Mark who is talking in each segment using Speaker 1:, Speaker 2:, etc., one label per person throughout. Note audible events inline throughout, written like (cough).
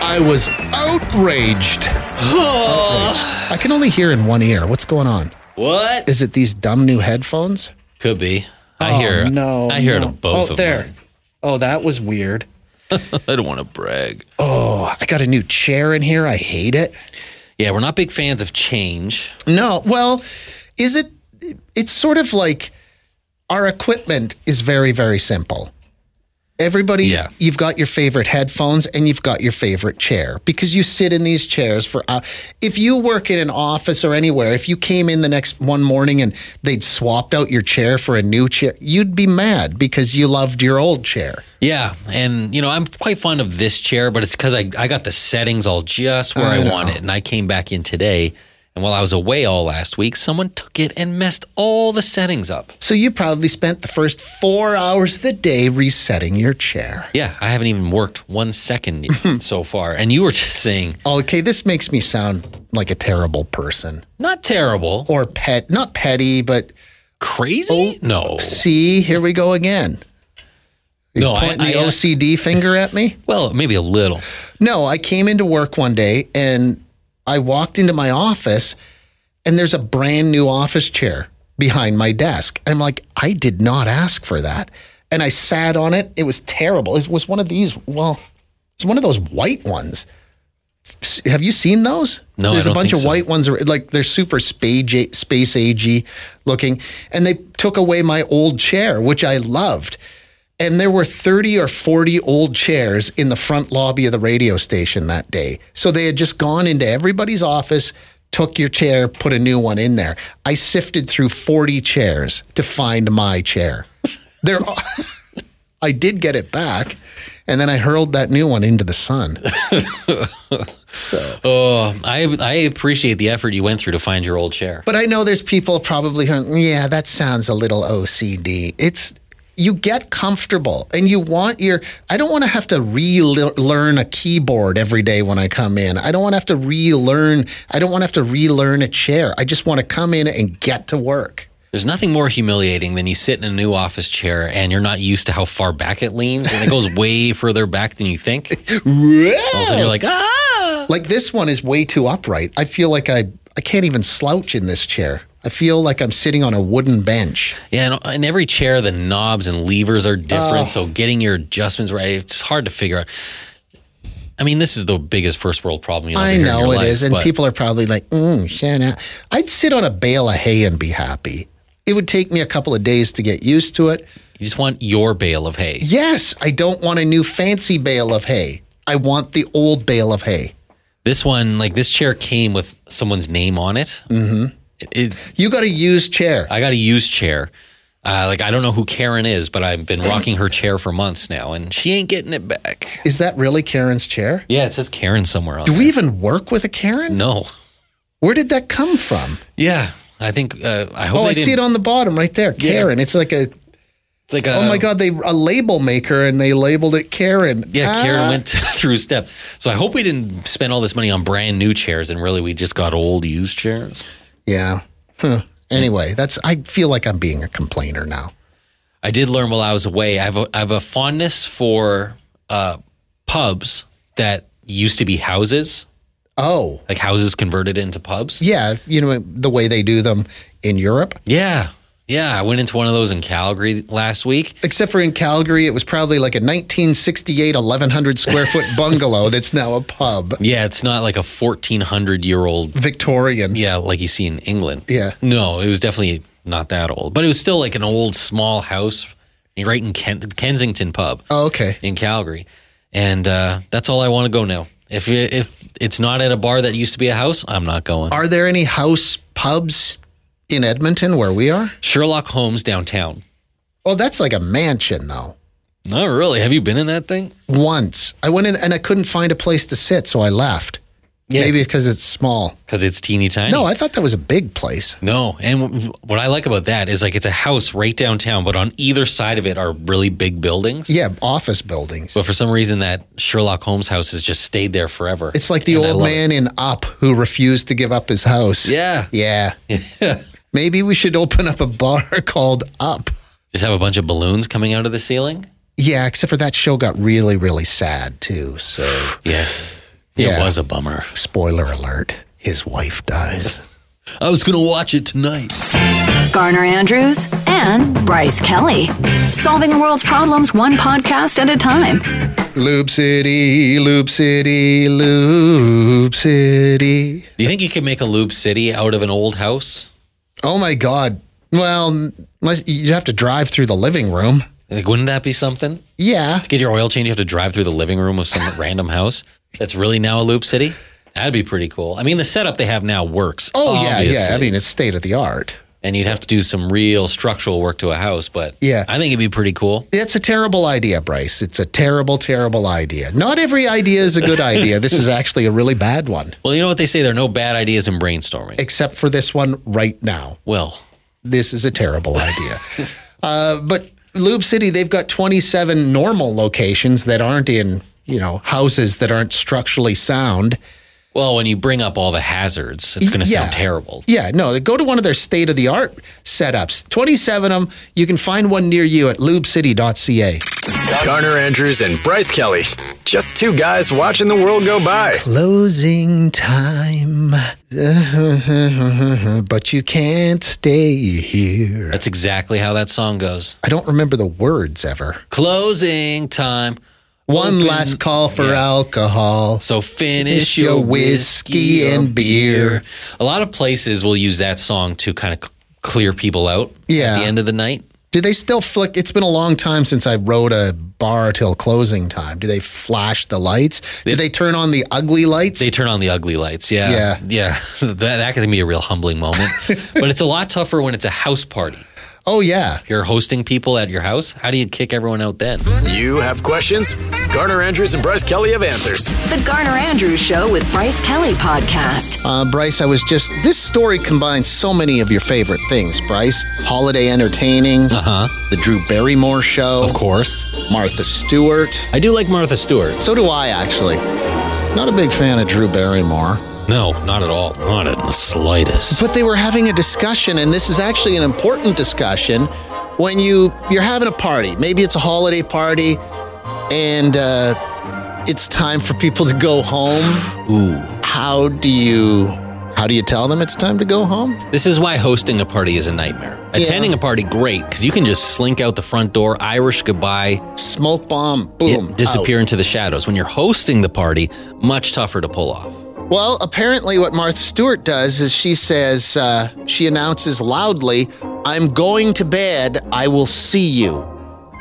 Speaker 1: I was outraged. Outraged. I can only hear in one ear. What's going on?
Speaker 2: What?
Speaker 1: Is it these dumb new headphones?
Speaker 2: Could be. I hear.
Speaker 1: Oh, No.
Speaker 2: I hear
Speaker 1: no.
Speaker 2: it of both
Speaker 1: oh,
Speaker 2: of
Speaker 1: there.
Speaker 2: them. (laughs)
Speaker 1: Oh, that was weird.
Speaker 2: I don't want to brag.
Speaker 1: Oh, I got a new chair in here. I hate it.
Speaker 2: Yeah, we're not big fans of change.
Speaker 1: No. Well, is it? It's sort of like our equipment is very, very simple. Everybody,
Speaker 2: Yeah.
Speaker 1: you've got your favorite headphones and you've got your favorite chair because you sit in these chairs for. hou- if you work in an office or anywhere, if you came in the next one morning and they'd swapped out your chair for a new chair, you'd be mad because you loved your old chair.
Speaker 2: Yeah, and you know I'm quite fond of this chair, but it's because I I got the settings all just where I,
Speaker 1: I know.
Speaker 2: want it, and I came back in today. And while I was away all last week, someone took it and messed all the settings up.
Speaker 1: So you probably spent the first four hours of the day resetting your chair.
Speaker 2: Yeah, I haven't even worked one second
Speaker 1: (laughs)
Speaker 2: yet so far, and you were just saying
Speaker 1: Okay, this makes me sound like a terrible person
Speaker 2: not terrible,
Speaker 1: or pet, not petty, but Oh.
Speaker 2: crazy. no,
Speaker 1: see, here we go again. You
Speaker 2: No, I-
Speaker 1: pointing the
Speaker 2: I- uh,
Speaker 1: OCD finger at me.
Speaker 2: well, maybe a little.
Speaker 1: No, I came into work one day and I walked into my office, and there's a brand new office chair behind my desk. I'm like, I did not ask for that, and I sat on it. It was terrible. It was one of these. Well, it's one of those white ones. S- Have you seen those?
Speaker 2: No, I
Speaker 1: there's
Speaker 2: don't
Speaker 1: a bunch
Speaker 2: think
Speaker 1: of
Speaker 2: so.
Speaker 1: white ones. ar- Like they're super space space agey looking, and they took away my old chair, which I loved and there were 30 or 40 old chairs in the front lobby of the radio station that day. So they had just gone into everybody's office, took your chair, put a new one in there. I sifted through 40 chairs to find my chair. There I did get it back, and then I hurled that new one into the sun.
Speaker 2: Oh, I I appreciate the effort you went through to find your old chair.
Speaker 1: But I know there's people probably hearing, yeah, that sounds a little OCD. It's you get comfortable and you want your I don't want to have to relearn a keyboard every day when I come in. I don't want to have to relearn I don't want to have to relearn a chair. I just want to come in and get to work.
Speaker 2: There's nothing more humiliating than you sit in a new office chair and you're not used to how far back it leans, and
Speaker 1: (laughs)
Speaker 2: it goes way further back than you think. All of a sudden, you're like, ah.
Speaker 1: Like this one is way too upright. I feel like I I can't even slouch in this chair. I feel like I'm sitting on a wooden bench.
Speaker 2: Yeah, and in every chair, the knobs and levers are different. So
Speaker 1: Oh.
Speaker 2: getting your adjustments right, it's hard to figure out. I mean, this is the biggest first world problem you'll ever
Speaker 1: I
Speaker 2: hear in
Speaker 1: know
Speaker 2: your
Speaker 1: it is,
Speaker 2: life,
Speaker 1: and
Speaker 2: but
Speaker 1: people are probably like, mm, Shanna. I'd sit on a bale of hay and be happy. It would take me a couple of days to get used to it.
Speaker 2: You just want your bale of hay.
Speaker 1: Yes, I don't want a new fancy bale of hay. I want the old bale of hay.
Speaker 2: This one, like this chair, came with someone's name on it. Mm-hmm. It, it,
Speaker 1: You got a used chair.
Speaker 2: I got a used chair. Uh, like I don't know who Karen is, but
Speaker 1: (laughs)
Speaker 2: I've been rocking her chair for months now, and she ain't getting it back.
Speaker 1: Is that really Karen's chair?
Speaker 2: Yeah, it says Karen somewhere on.
Speaker 1: Do
Speaker 2: there.
Speaker 1: we even work with a Karen?
Speaker 2: No.
Speaker 1: Where did that come from?
Speaker 2: Yeah, I think uh, I hope.
Speaker 1: Oh,
Speaker 2: they
Speaker 1: I see it
Speaker 2: didn't-
Speaker 1: on the bottom right there.
Speaker 2: Yeah.
Speaker 1: Karen. It's like a
Speaker 2: it's like
Speaker 1: oh
Speaker 2: a-
Speaker 1: my god, they a label maker and they labeled it Karen.
Speaker 2: Yeah,
Speaker 1: Ah.
Speaker 2: Karen went (laughs) through step. So I hope we didn't spend all this money on brand new chairs and really we just got old used chairs.
Speaker 1: Yeah. Huh. Anyway, that's I feel like I'm being a complainer now.
Speaker 2: I did learn while I was away. I have a, I have a fondness for uh, pubs that used to be houses,
Speaker 1: Oh,
Speaker 2: like houses converted into pubs.
Speaker 1: yeah, you know the way they do them in Europe.
Speaker 2: Yeah. Yeah, I went into one of those in Calgary last week.
Speaker 1: Except for in Calgary, it was probably like a 1968 1100 square
Speaker 2: (laughs)
Speaker 1: foot bungalow that's now a pub.
Speaker 2: Yeah, it's not like a 1400 year old
Speaker 1: Victorian.
Speaker 2: Yeah, like you see in England.
Speaker 1: Yeah.
Speaker 2: No, it was definitely not that old, but it was still like an old small house right in Ken- Kensington Pub
Speaker 1: Oh, okay.
Speaker 2: in Calgary. And uh, that's all I want to go now. If you- if it's not at a bar that used to be a house, I'm not going.
Speaker 1: Are there any house pubs in Edmonton where we are?
Speaker 2: Sherlock Holmes downtown.
Speaker 1: Well, that's like a mansion, though.
Speaker 2: Not really. Have you been in that thing?
Speaker 1: Once I went in and I couldn't find a place to sit, so I left.
Speaker 2: Yeah.
Speaker 1: Maybe because it's small.
Speaker 2: Because it's teeny tiny.
Speaker 1: No, I thought that was a big place.
Speaker 2: No, and w- what I like about that is like it's a house right downtown, but on either side of it are really big buildings.
Speaker 1: Yeah, office buildings.
Speaker 2: But for some reason, that Sherlock Holmes house has just stayed there forever.
Speaker 1: It's like the
Speaker 2: And I
Speaker 1: old
Speaker 2: love
Speaker 1: man in Up who refused to give up his house.
Speaker 2: it. Yeah. (laughs)
Speaker 1: Yeah. Maybe we should open up a bar (laughs) called Up.
Speaker 2: Just have a bunch of balloons coming out of the ceiling.
Speaker 1: Yeah, except for that show got really, really sad too. So, (sighs)
Speaker 2: Yeah.
Speaker 1: Yeah.
Speaker 2: It was a bummer.
Speaker 1: spoiler alert, his wife
Speaker 2: (laughs)
Speaker 1: dies.
Speaker 2: I was going to watch it tonight.
Speaker 3: Garner Andrews and Bryce Kelly. Solving the world's problems one podcast at a time.
Speaker 1: Loop City, Loop City, Loop City.
Speaker 2: Do you think you could make a Loop City out of an old house?
Speaker 1: Oh my God. Well, unless you'd have to drive through the living room.
Speaker 2: Like, wouldn't that be something?
Speaker 1: Yeah.
Speaker 2: Get your oil change, you have to drive through the living room
Speaker 1: (sighs)
Speaker 2: of some random house that's really now a Loop City? That'd be pretty cool. I mean, the setup they have now works.
Speaker 1: Oh, yeah, yeah. I
Speaker 2: obviously.
Speaker 1: mean, it's state of the art.
Speaker 2: and you'd have to do some real structural work to a house. But
Speaker 1: Yeah.
Speaker 2: I think it'd be pretty cool.
Speaker 1: It's a terrible idea, Bryce. It's a terrible, terrible idea. Not every idea is a good idea. This is actually a really bad one,
Speaker 2: Well, you know what they say: there are no bad ideas in brainstorming.
Speaker 1: except for this one right now.
Speaker 2: Well,
Speaker 1: this is a terrible idea. uh, but Lube City, they've got 27 normal locations that aren't in, you know, houses that aren't structurally sound.
Speaker 2: well, when you bring up all the hazards, it's going to
Speaker 1: Yeah.
Speaker 2: sound terrible.
Speaker 1: Yeah, no, go to one of their state of the art setups. 27 of them. You can find one near you at lubecity.ca.
Speaker 4: Garner Andrews and Bryce Kelly. Just two guys watching the world go by.
Speaker 1: Closing time. (laughs) but you can't stay here.
Speaker 2: That's exactly how that song goes.
Speaker 1: I don't remember the words ever.
Speaker 2: Closing time.
Speaker 1: One
Speaker 2: Open-
Speaker 1: last call for
Speaker 2: Yeah.
Speaker 1: alcohol.
Speaker 2: So finish
Speaker 1: Finish
Speaker 2: your,
Speaker 1: your
Speaker 2: whiskey,
Speaker 1: whiskey
Speaker 2: and
Speaker 1: and
Speaker 2: beer.
Speaker 1: beer.
Speaker 2: A lot of places will use that song to kind of c- clear people out
Speaker 1: Yeah.
Speaker 2: at the end of the night.
Speaker 1: Do they still flick? It's been a long time since I rode a bar till closing time. Do they flash the lights? Do they turn on the ugly lights?
Speaker 2: They turn on the ugly lights. Yeah. (laughs)
Speaker 1: Yeah.
Speaker 2: That, that can be a real humbling
Speaker 1: (laughs)
Speaker 2: moment. but it's a lot tougher when it's a house party.
Speaker 1: oh, yeah.
Speaker 2: you're hosting people at your house, how do you kick everyone out then?
Speaker 4: You have questions? Garner Andrews and Bryce Kelly have answers.
Speaker 3: The Garner Andrews Show with Bryce Kelly podcast.
Speaker 1: Uh, Bryce, I was just. This story combines so many of your favorite things, Bryce. Holiday entertaining,
Speaker 2: Uh huh.
Speaker 1: the Drew Barrymore show,
Speaker 2: Of course.
Speaker 1: Martha Stewart.
Speaker 2: I do like Martha Stewart.
Speaker 1: So do I, actually. Not a big fan of Drew Barrymore.
Speaker 2: No, not at all. Not in the slightest.
Speaker 1: But they were having a discussion, and this is actually an important discussion. When you you're having a party, maybe it's a holiday party, and uh, it's time for people to go home.
Speaker 2: Ooh.
Speaker 1: How do you how do you tell them it's time to go home?
Speaker 2: This is why hosting a party is a nightmare. Attending a party, great, because you can just slink out the front door, Irish goodbye,
Speaker 1: Smoke bomb, boom,
Speaker 2: it- disappear into the shadows. When you're hosting the party, much tougher to pull off.
Speaker 1: out. Well, apparently, what Martha Stewart does is she says uh, she announces loudly, "I'm going to bed. I will see you."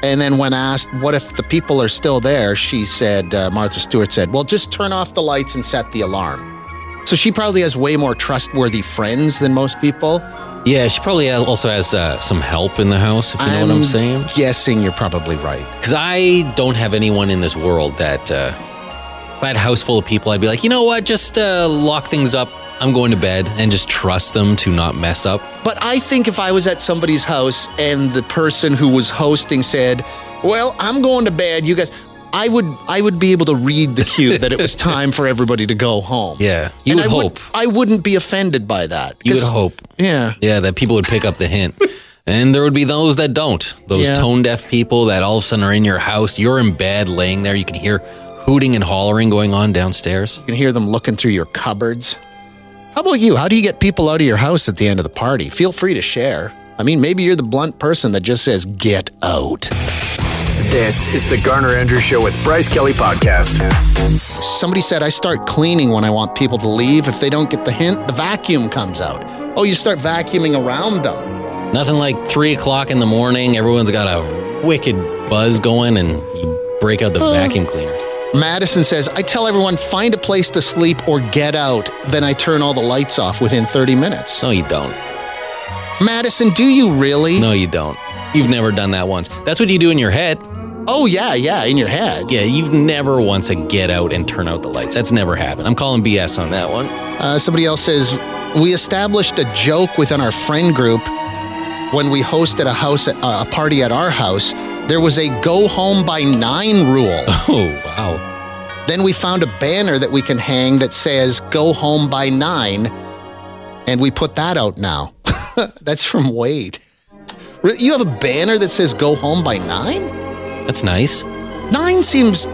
Speaker 1: And then when asked what if the people are still there, she said, uh, Martha Stewart said, well, just turn off the lights and set the alarm. So she probably has way more trustworthy friends than most people.
Speaker 2: Yeah, she probably al- also has uh, some help in the house, if you know what I'm saying.
Speaker 1: Guessing you're probably right.
Speaker 2: Because I don't have anyone in this world that, uh, if I had a house full of people, I'd be like, you know what, just uh, lock things up. I'm going to bed and just trust them to not mess up.
Speaker 1: But I think if I was at somebody's house and the person who was hosting said, well, I'm going to bed, you guys, I would I would be able to read the cue that it
Speaker 2: (laughs)
Speaker 1: was time for everybody to go home.
Speaker 2: Yeah. You
Speaker 1: And
Speaker 2: would
Speaker 1: I would-
Speaker 2: hope.
Speaker 1: I wouldn't be offended by that.
Speaker 2: you would
Speaker 1: 'Cause-
Speaker 2: hope.
Speaker 1: Yeah.
Speaker 2: Yeah, that people would pick up the hint. and there would be those that don't. Those
Speaker 1: Yeah.
Speaker 2: tone deaf people that all of a sudden are in your house. You're in bed laying there. You can hear hooting and hollering going on downstairs.
Speaker 1: You can hear them looking through your cupboards. How about you? How do you get people out of your house at the end of the party? Feel free to share. I mean, maybe you're the blunt person that just says, get out.
Speaker 4: This is the Garner Andrews Show with Bryce Kelly Podcast.
Speaker 1: Somebody said, I start cleaning when I want people to leave. If they don't get the hint, the vacuum comes out. Oh, you start vacuuming around them.
Speaker 2: Nothing like three o'clock in the morning. Everyone's got a wicked buzz going and you break out the vacuum cleaner.
Speaker 1: Madison says, I tell everyone, find a place to sleep or get out. Then I turn all the lights off within 30 minutes.
Speaker 2: No, you don't.
Speaker 1: Madison, do you really?
Speaker 2: No, you don't. You've never done that once. That's what you do in your head.
Speaker 1: Oh, yeah, yeah, in your head.
Speaker 2: Yeah, you've never once a get out and turn out the lights. That's never happened. I'm calling BS on that one. (laughs)
Speaker 1: Uh, somebody else says, We established a joke within our friend group when we hosted a house at, uh, a party at our house. There was a go home by nine rule.
Speaker 2: Oh, wow.
Speaker 1: Then we found a banner that we can hang that says "Go home by nine, and we put that out now. (laughs) That's from Wade. Re- You have a banner that says "Go home by nine?
Speaker 2: That's nice.
Speaker 1: Nine seems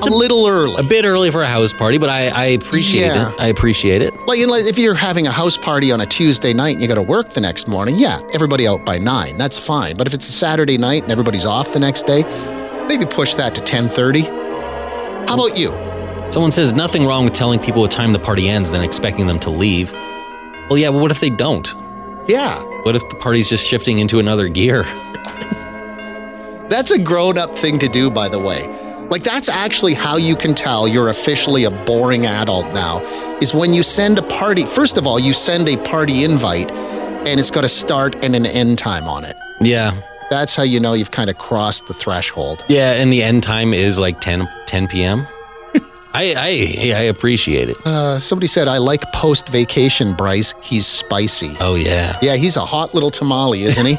Speaker 1: a little early.
Speaker 2: A bit early for a house party, but I, I appreciate
Speaker 1: Yeah.
Speaker 2: it. I appreciate it.
Speaker 1: Like, you know, if you're having a house party on a Tuesday night and you got to work the next morning, yeah, everybody out by nine. That's fine. But if it's a Saturday night and everybody's off the next day, maybe push that to ten thirty. How about you?
Speaker 2: Someone says nothing wrong with telling people what time the party ends, then expecting them to leave. Well, yeah, but what if they don't?
Speaker 1: Yeah.
Speaker 2: What if the party's just shifting into another gear? (laughs)
Speaker 1: That's a grown up thing to do, by the way. Like, that's actually how you can tell you're officially a boring adult now, is when you send a party. First of all, you send a party invite, and it's got a start and an end time on it.
Speaker 2: Yeah.
Speaker 1: That's how you know you've kind of crossed the threshold.
Speaker 2: Yeah, and the end time is like 10, 10 p.m. (laughs) I, I, hey, I appreciate it.
Speaker 1: Uh, somebody said, I like post vacation Bryce. He's spicy.
Speaker 2: Oh, yeah.
Speaker 1: Yeah, he's a hot little tamale, isn't he?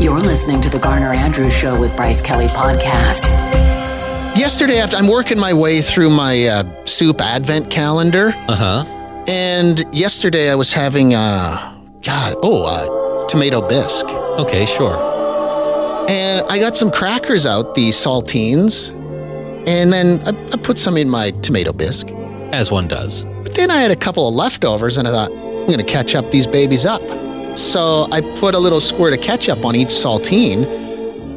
Speaker 3: You're listening to The Garner Andrews Show with Bryce Kelly Podcast.
Speaker 1: Yesterday, after I'm working my way through my uh, soup advent calendar,
Speaker 2: Uh huh.
Speaker 1: And yesterday I was having uh God, oh, uh, tomato bisque.
Speaker 2: Okay, sure.
Speaker 1: And I got some crackers out, the saltines, and then I, I put some in my tomato bisque.
Speaker 2: As one does.
Speaker 1: But then I had a couple of leftovers and I thought, I'm gonna catch up these babies up. So I put a little squirt of ketchup on each saltine,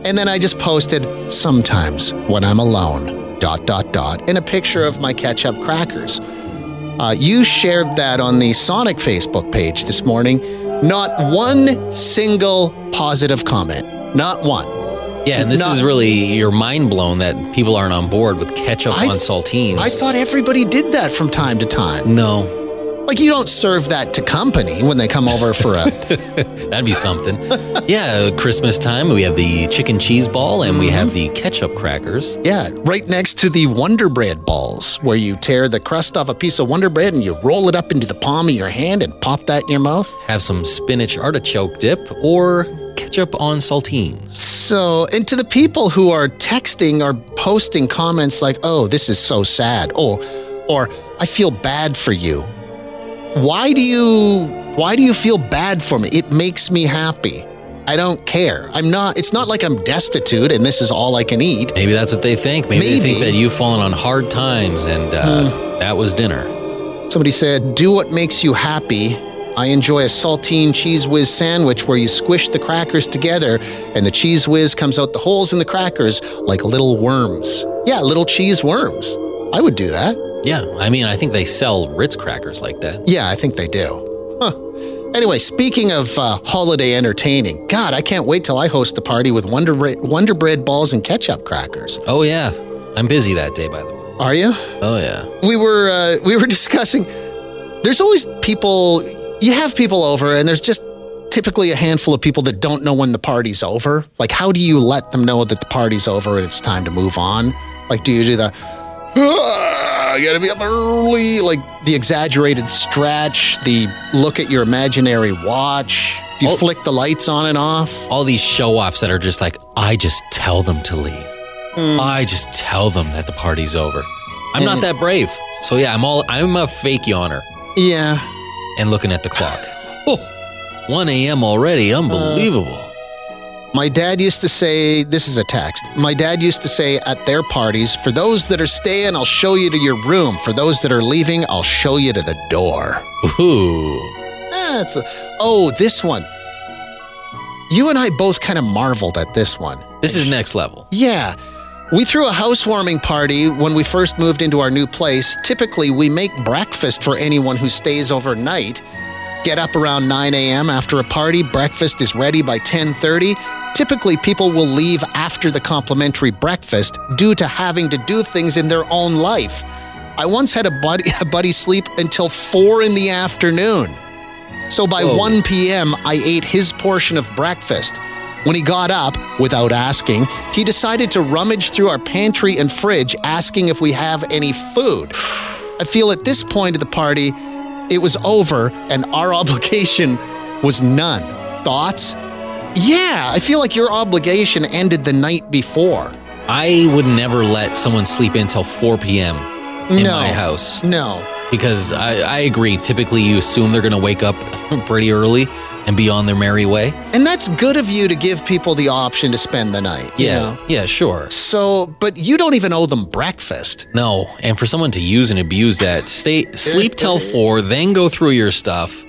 Speaker 1: and then I just posted, sometimes when I'm alone, dot, dot, dot, and a picture of my ketchup crackers. Uh, you shared that on the Sonic Facebook page this morning. Not one single positive comment. Not one.
Speaker 2: Yeah, and this
Speaker 1: Not-
Speaker 2: is really, you're mind blown that people aren't on board with ketchup
Speaker 1: I-
Speaker 2: on saltines.
Speaker 1: I thought everybody did that from time to time.
Speaker 2: no,
Speaker 1: Like, you don't serve that to company when they come over for a
Speaker 2: that'd be
Speaker 1: (laughs)
Speaker 2: something. yeah, Christmas time, we have the chicken cheese ball and we
Speaker 1: Mm-hmm.
Speaker 2: have the ketchup crackers.
Speaker 1: Yeah, right next to the Wonder Bread balls, where you tear the crust off a piece of Wonder Bread and you roll it up into the palm of your hand and pop that in your mouth.
Speaker 2: Have some spinach artichoke dip or ketchup on saltines.
Speaker 1: So, and to the people who are texting or posting comments like, oh, this is so sad, or, or I feel bad for you. Why do you, why do you feel bad for me? It makes me happy. I don't care. I'm not, it's not like I'm destitute and this is all I can eat.
Speaker 2: Maybe that's what they think. Maybe, they think
Speaker 1: Maybe. Hmm.
Speaker 2: that you've fallen on hard times and uh, that was dinner.
Speaker 1: Somebody said, Do what makes you happy. I enjoy a saltine cheese whiz sandwich where you squish the crackers together and the cheese whiz comes out the holes in the crackers like little worms. Yeah, little cheese worms. I would do that.
Speaker 2: Yeah, I mean, I think they sell Ritz crackers like that.
Speaker 1: Yeah, I think they do. Huh. Anyway, speaking of uh, holiday entertaining, God, I can't wait till I host a party with Wonder, Bre- Wonder Bread balls and ketchup crackers.
Speaker 2: Oh yeah, I'm busy that day, by the way.
Speaker 1: Are you?
Speaker 2: Oh yeah,
Speaker 1: we were uh, we were (laughs) discussing. There's always people. You have people over, and there's just typically a handful of people that don't know when the party's over. Like, how do you let them know that the party's over and it's time to move on? Like, do you do the? "Ah, I gotta be up early. Like the exaggerated stretch, the look at your imaginary watch. Do you
Speaker 2: Oh.
Speaker 1: flick the lights on and off?
Speaker 2: all these show offs that are just like, I just tell them to leave. I just tell them that the party's over. I'm not
Speaker 1: Mm.
Speaker 2: that brave, so yeah, I'm all I'm a fake yawner
Speaker 1: Yeah,
Speaker 2: and looking at the clock. Oh, 1 a.m. already, unbelievable.
Speaker 1: My dad used to say, this is a text. My dad used to say at their parties, for those that are staying, I'll show you to your room. For those that are leaving, I'll show you to the door.
Speaker 2: Ooh,
Speaker 1: That's a, oh, this one. You and I both kind of marveled at this one.
Speaker 2: this is next level.
Speaker 1: Yeah. We threw a housewarming party when we first moved into our new place. Typically, we make breakfast for anyone who stays overnight. Get up around 9 a.m. after a party. Breakfast is ready by 10:30. Typically, people will leave after the complimentary breakfast due to having to do things in their own life. I once had a buddy, (laughs) a buddy sleep until four in the afternoon. So by
Speaker 2: Whoa.
Speaker 1: 1 p.m., I ate his portion of breakfast. When he got up, without asking, he decided to rummage through our pantry and fridge, asking if we have any food. I feel at this point of the party, it was over and our (laughs) obligation was none. Thoughts? Yeah, I feel like your obligation ended the night before.
Speaker 2: I would never let someone sleep in till 4 p.m. in
Speaker 1: No.
Speaker 2: my house
Speaker 1: No.
Speaker 2: because I, I agree. Typically, you assume they're going to wake up (laughs) pretty early and be on their merry way.
Speaker 1: And that's good of you to give people the option to spend the night. you
Speaker 2: Yeah,
Speaker 1: know?
Speaker 2: yeah, sure.
Speaker 1: So, but you don't even owe them breakfast.
Speaker 2: No, and for someone to use and abuse that, stay sleep till four, then go through your stuff.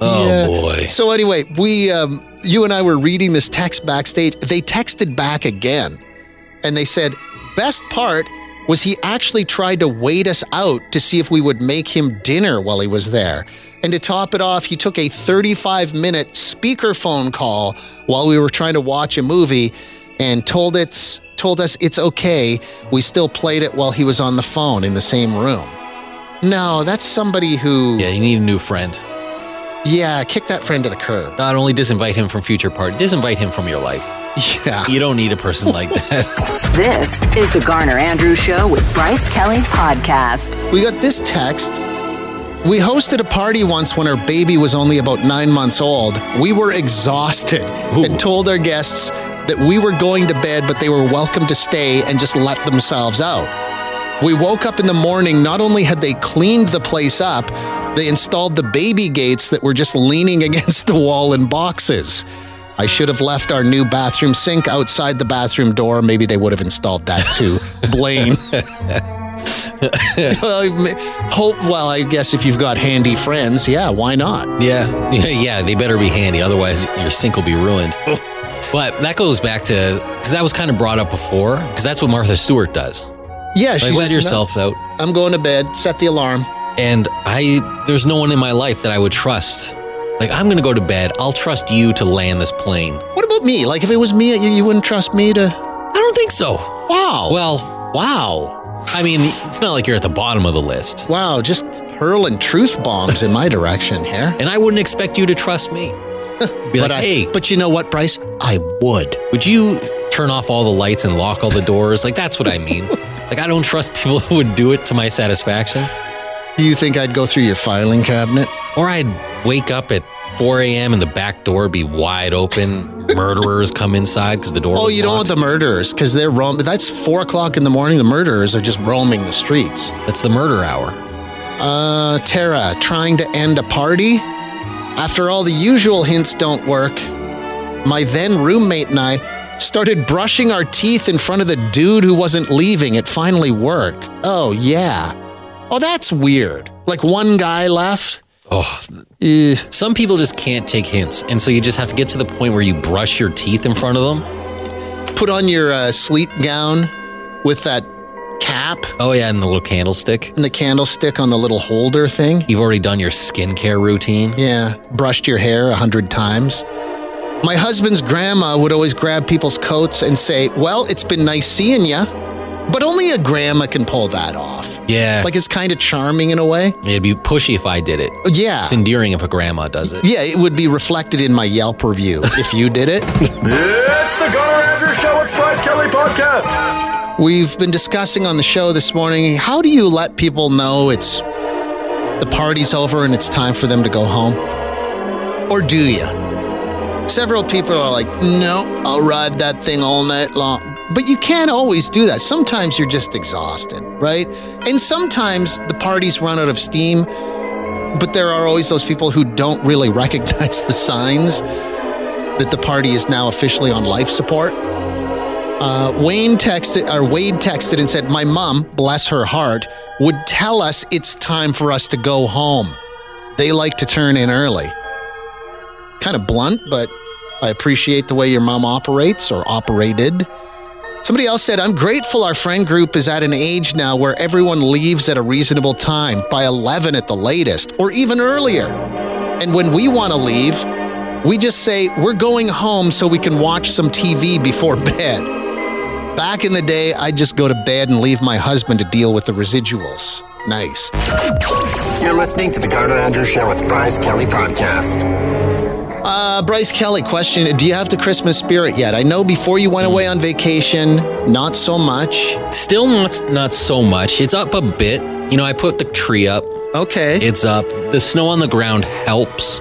Speaker 2: Oh
Speaker 1: Yeah.
Speaker 2: boy.
Speaker 1: So anyway, we, um, you and I were reading this text backstage. They texted back again, and they said, "Best part was he actually tried to wait us out to see if we would make him dinner while he was there." And to top it off, he took a 35-minute speakerphone call while we were trying to watch a movie, and told it's told us it's okay. We still played it while he was on the phone in the same room. No, that's somebody who
Speaker 2: Yeah, you need a new friend.
Speaker 1: yeah kick that friend to the curb.
Speaker 2: Not only disinvite him from future parties, disinvite him from your life.
Speaker 1: Yeah.
Speaker 2: You don't need a
Speaker 1: (laughs)
Speaker 2: person like that.
Speaker 3: This is the Garner Andrews Show with Bryce Kelly Podcast.
Speaker 1: We got this text. We hosted a party once when our baby was only about nine months old. We were exhausted
Speaker 2: Ooh.
Speaker 1: and told our guests that we were going to bed, but they were welcome to stay and just let themselves out. We woke up in the morning, not only had they cleaned the place up, they installed the baby gates that were just leaning (laughs) against the wall in boxes. I should have left our new bathroom sink outside the bathroom door. Maybe they would have installed that too. Blame. Well, I m- hope. Well, I guess if you've got handy friends, yeah, why not?
Speaker 2: yeah. (laughs) Yeah, they better be handy. Otherwise, your sink will be ruined.
Speaker 1: Oh.
Speaker 2: But that goes back to because that was kind of brought up before because that's what Martha Stewart does.
Speaker 1: Yeah, she
Speaker 2: Like, let
Speaker 1: just-
Speaker 2: yourselves out.
Speaker 1: I'm going to bed. Set the alarm.
Speaker 2: And I, there's no one in my life that I would trust. Like, I'm going to go to bed. I'll trust you to land this plane.
Speaker 1: What about me? Like, if it was me, you, you wouldn't trust me to.
Speaker 2: I don't think so.
Speaker 1: Wow.
Speaker 2: Well,
Speaker 1: wow.
Speaker 2: I mean, it's not like you're at the bottom of the list.
Speaker 1: Wow. Just hurling truth bombs in my direction here.
Speaker 2: And I wouldn't expect you to trust me. Be like,
Speaker 1: I,
Speaker 2: hey,
Speaker 1: but you know what, Bryce? I would.
Speaker 2: would you turn off all the lights and lock all the doors? Like, that's what I
Speaker 1: (laughs)
Speaker 2: mean. Like, I don't trust people who would do it to my satisfaction.
Speaker 1: Do you think I'd go through your filing cabinet?
Speaker 2: Or I'd wake up at 4 a.m. and the back door would be
Speaker 1: (laughs)
Speaker 2: wide open. Murderers come inside because the door.
Speaker 1: Oh,
Speaker 2: was
Speaker 1: you don't want
Speaker 2: locked.
Speaker 1: the murderers because they're roaming. That's four o'clock in the morning. The murderers are just roaming the streets.
Speaker 2: It's the murder hour.
Speaker 1: Uh, Tara, trying to end a party? After all the usual hints don't work, my then roommate and I started brushing our teeth in front of the dude who wasn't leaving. It finally worked. Oh, yeah. Oh, that's weird. Like one guy left.
Speaker 2: Oh,
Speaker 1: Eh,
Speaker 2: Some people just can't take hints, and so you just have to get to the point where you brush your teeth in front of them.
Speaker 1: put on your uh, sleep gown with that cap
Speaker 2: Oh yeah, and the little candlestick.
Speaker 1: and the candlestick on the little holder thing.
Speaker 2: You've already done your skincare routine.
Speaker 1: Yeah, brushed your hair a hundred times. My husband's grandma would always grab people's coats and say, Well, it's been nice seeing ya. But only a grandma can pull that off.
Speaker 2: Yeah,
Speaker 1: Like it's kind of charming in a way.
Speaker 2: it'd be pushy if I did it.
Speaker 1: Yeah.
Speaker 2: It's endearing if a grandma does it.
Speaker 1: Yeah, it would be reflected in my Yelp review if you did it. (laughs)
Speaker 4: It's the Garner Andrews Show with Bryce Kelly Podcast.
Speaker 1: We've been discussing on the show this morning how do you let people know it's the party's over and it's time for them to go home? Or do you? Several people are like, no, I'll ride that thing all night long. But you can't always do that. Sometimes you're just exhausted, right? And sometimes the parties run out of steam, but there are always those people who don't really (laughs) recognize the signs that the party is now officially on life support. Uh, Wayne texted, or Wade texted and said, My mom, bless her heart, would tell us it's time for us to go home. They like to turn in early. Kind of blunt, but I appreciate the way your mom operates or operated. Somebody else said, I'm grateful our friend group is at an age now where everyone leaves at a reasonable time, by 11 at the latest, or even earlier. And when we want to leave, we just say, We're going home so we can watch some TV before (laughs) bed. Back in the day, I'd just go to bed and leave my husband to deal with the residuals. Nice.
Speaker 4: You're listening to the Garner Andrews Show with Bryce Kelly Podcast.
Speaker 1: Uh, Bryce Kelly, question Do you have the Christmas spirit yet? I know before you went away on vacation, not so much.
Speaker 2: Still not not so much. It's up a bit. You know, I put the tree up.
Speaker 1: Okay.
Speaker 2: It's up. The snow on the ground helps.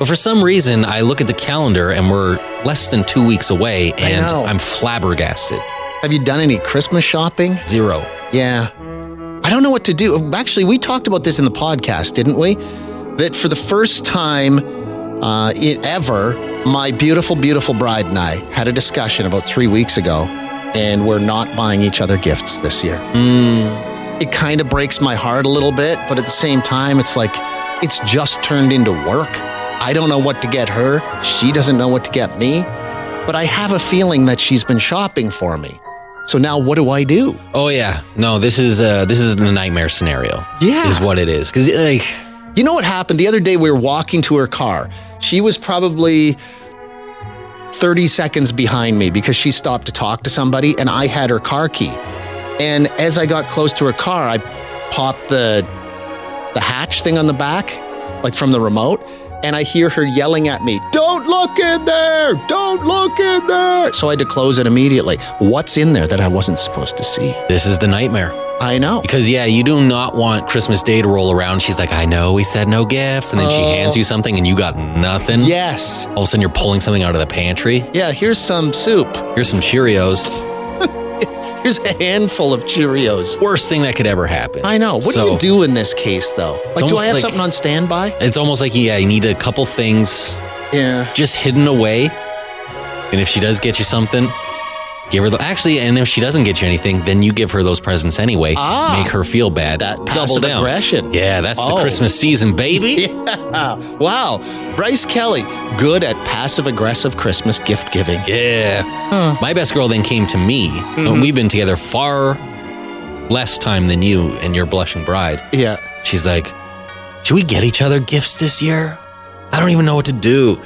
Speaker 2: But for some reason, I look at the calendar and we're less than two weeks away, and
Speaker 1: know.
Speaker 2: I'm flabbergasted.
Speaker 1: have you done any Christmas shopping?
Speaker 2: Zero.
Speaker 1: Yeah. I don't know what to do. Actually, we talked about this in the podcast, didn't we? That for the first time uh, it ever, my beautiful, beautiful bride and I had a discussion about three weeks ago, and we're not buying each other gifts this year. It kind of breaks my heart a little bit, but at the same time, it's like it's just turned into work. I don't know what to get her. She doesn't know what to get me. But I have a feeling that she's been shopping for me. So now what do I do?
Speaker 2: Oh yeah. No, this is uh this is the nightmare scenario.
Speaker 1: Yeah.
Speaker 2: Is what it is. Cause like
Speaker 1: You know what happened the other day? We were walking to her car. She was probably 30 seconds behind me because she stopped to talk to somebody and I had her car key. And as I got close to her car, I popped the the hatch thing on the back, like from the remote, and I hear her yelling at me, "Don't look in there! Don't look in there!" So I had to close it immediately. What's in there that I wasn't supposed to see?
Speaker 2: this is the nightmare.
Speaker 1: I know.
Speaker 2: Because yeah, you do not want Christmas Day to roll around. She's like, I know we said no gifts, and then
Speaker 1: Oh.
Speaker 2: she hands you something and you got nothing.
Speaker 1: Yes.
Speaker 2: All of a sudden you're pulling something out of the pantry.
Speaker 1: Yeah, here's some soup.
Speaker 2: Here's some Cheerios.
Speaker 1: Here's a handful of Cheerios.
Speaker 2: Worst thing that could ever happen.
Speaker 1: I know. What do
Speaker 2: So,
Speaker 1: you do in this case, though? Like, do
Speaker 2: almost
Speaker 1: I have
Speaker 2: like-
Speaker 1: something on standby?
Speaker 2: It's almost like yeah, you need a couple things
Speaker 1: Yeah.
Speaker 2: just hidden away. And if she does get you something, give her the actually. And if she doesn't get you anything, then you give her those presents anyway.
Speaker 1: Ah.
Speaker 2: Make her feel bad.
Speaker 1: That
Speaker 2: double
Speaker 1: passive
Speaker 2: down.
Speaker 1: aggression.
Speaker 2: Yeah, that's
Speaker 1: Oh.
Speaker 2: the Christmas season, baby.
Speaker 1: Yeah. Wow. Bryce Kelly, good at passive aggressive Christmas gift giving.
Speaker 2: Yeah. My best girl then came to me. And we've been together far less time than you and your blushing bride.
Speaker 1: Yeah.
Speaker 2: She's like, Should we get each other gifts this year? I don't even know what to do.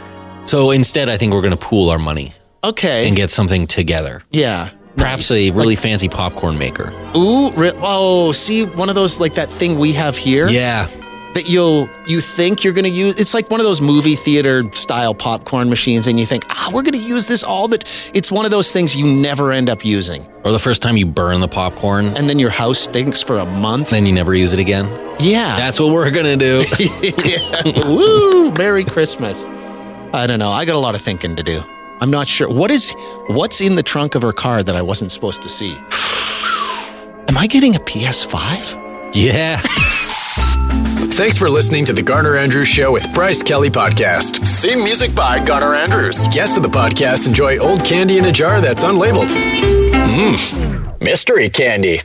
Speaker 2: So instead, I think we're going to pool our money
Speaker 1: Okay.
Speaker 2: and get something together.
Speaker 1: yeah.
Speaker 2: Perhaps a really fancy popcorn maker.
Speaker 1: Ooh. Re- oh, see one of those like that thing we have here
Speaker 2: Yeah.
Speaker 1: that you'll you think you're gonna use. It's like one of those movie theater style popcorn machines, and you think, ah, we're gonna use this all that. It's one of those things you never end up using,
Speaker 2: Or the first time you burn the popcorn,
Speaker 1: and then your house stinks for a month.
Speaker 2: then you never use it again.
Speaker 1: Yeah.
Speaker 2: That's what we're going to do.
Speaker 1: yeah. Woo! Merry Christmas. I don't know. I got a lot of thinking to do. I'm not sure. What is what's in the trunk of her car that I wasn't supposed to see? (sighs) Am I getting a PS5?
Speaker 2: yeah.
Speaker 4: Thanks for listening to the Garner Andrews Show with Bryce Kelly Podcast. Theme music by Garner Andrews. Guests of the podcast enjoy old candy in a jar that's unlabeled. Mmm, Hmm. mystery candy.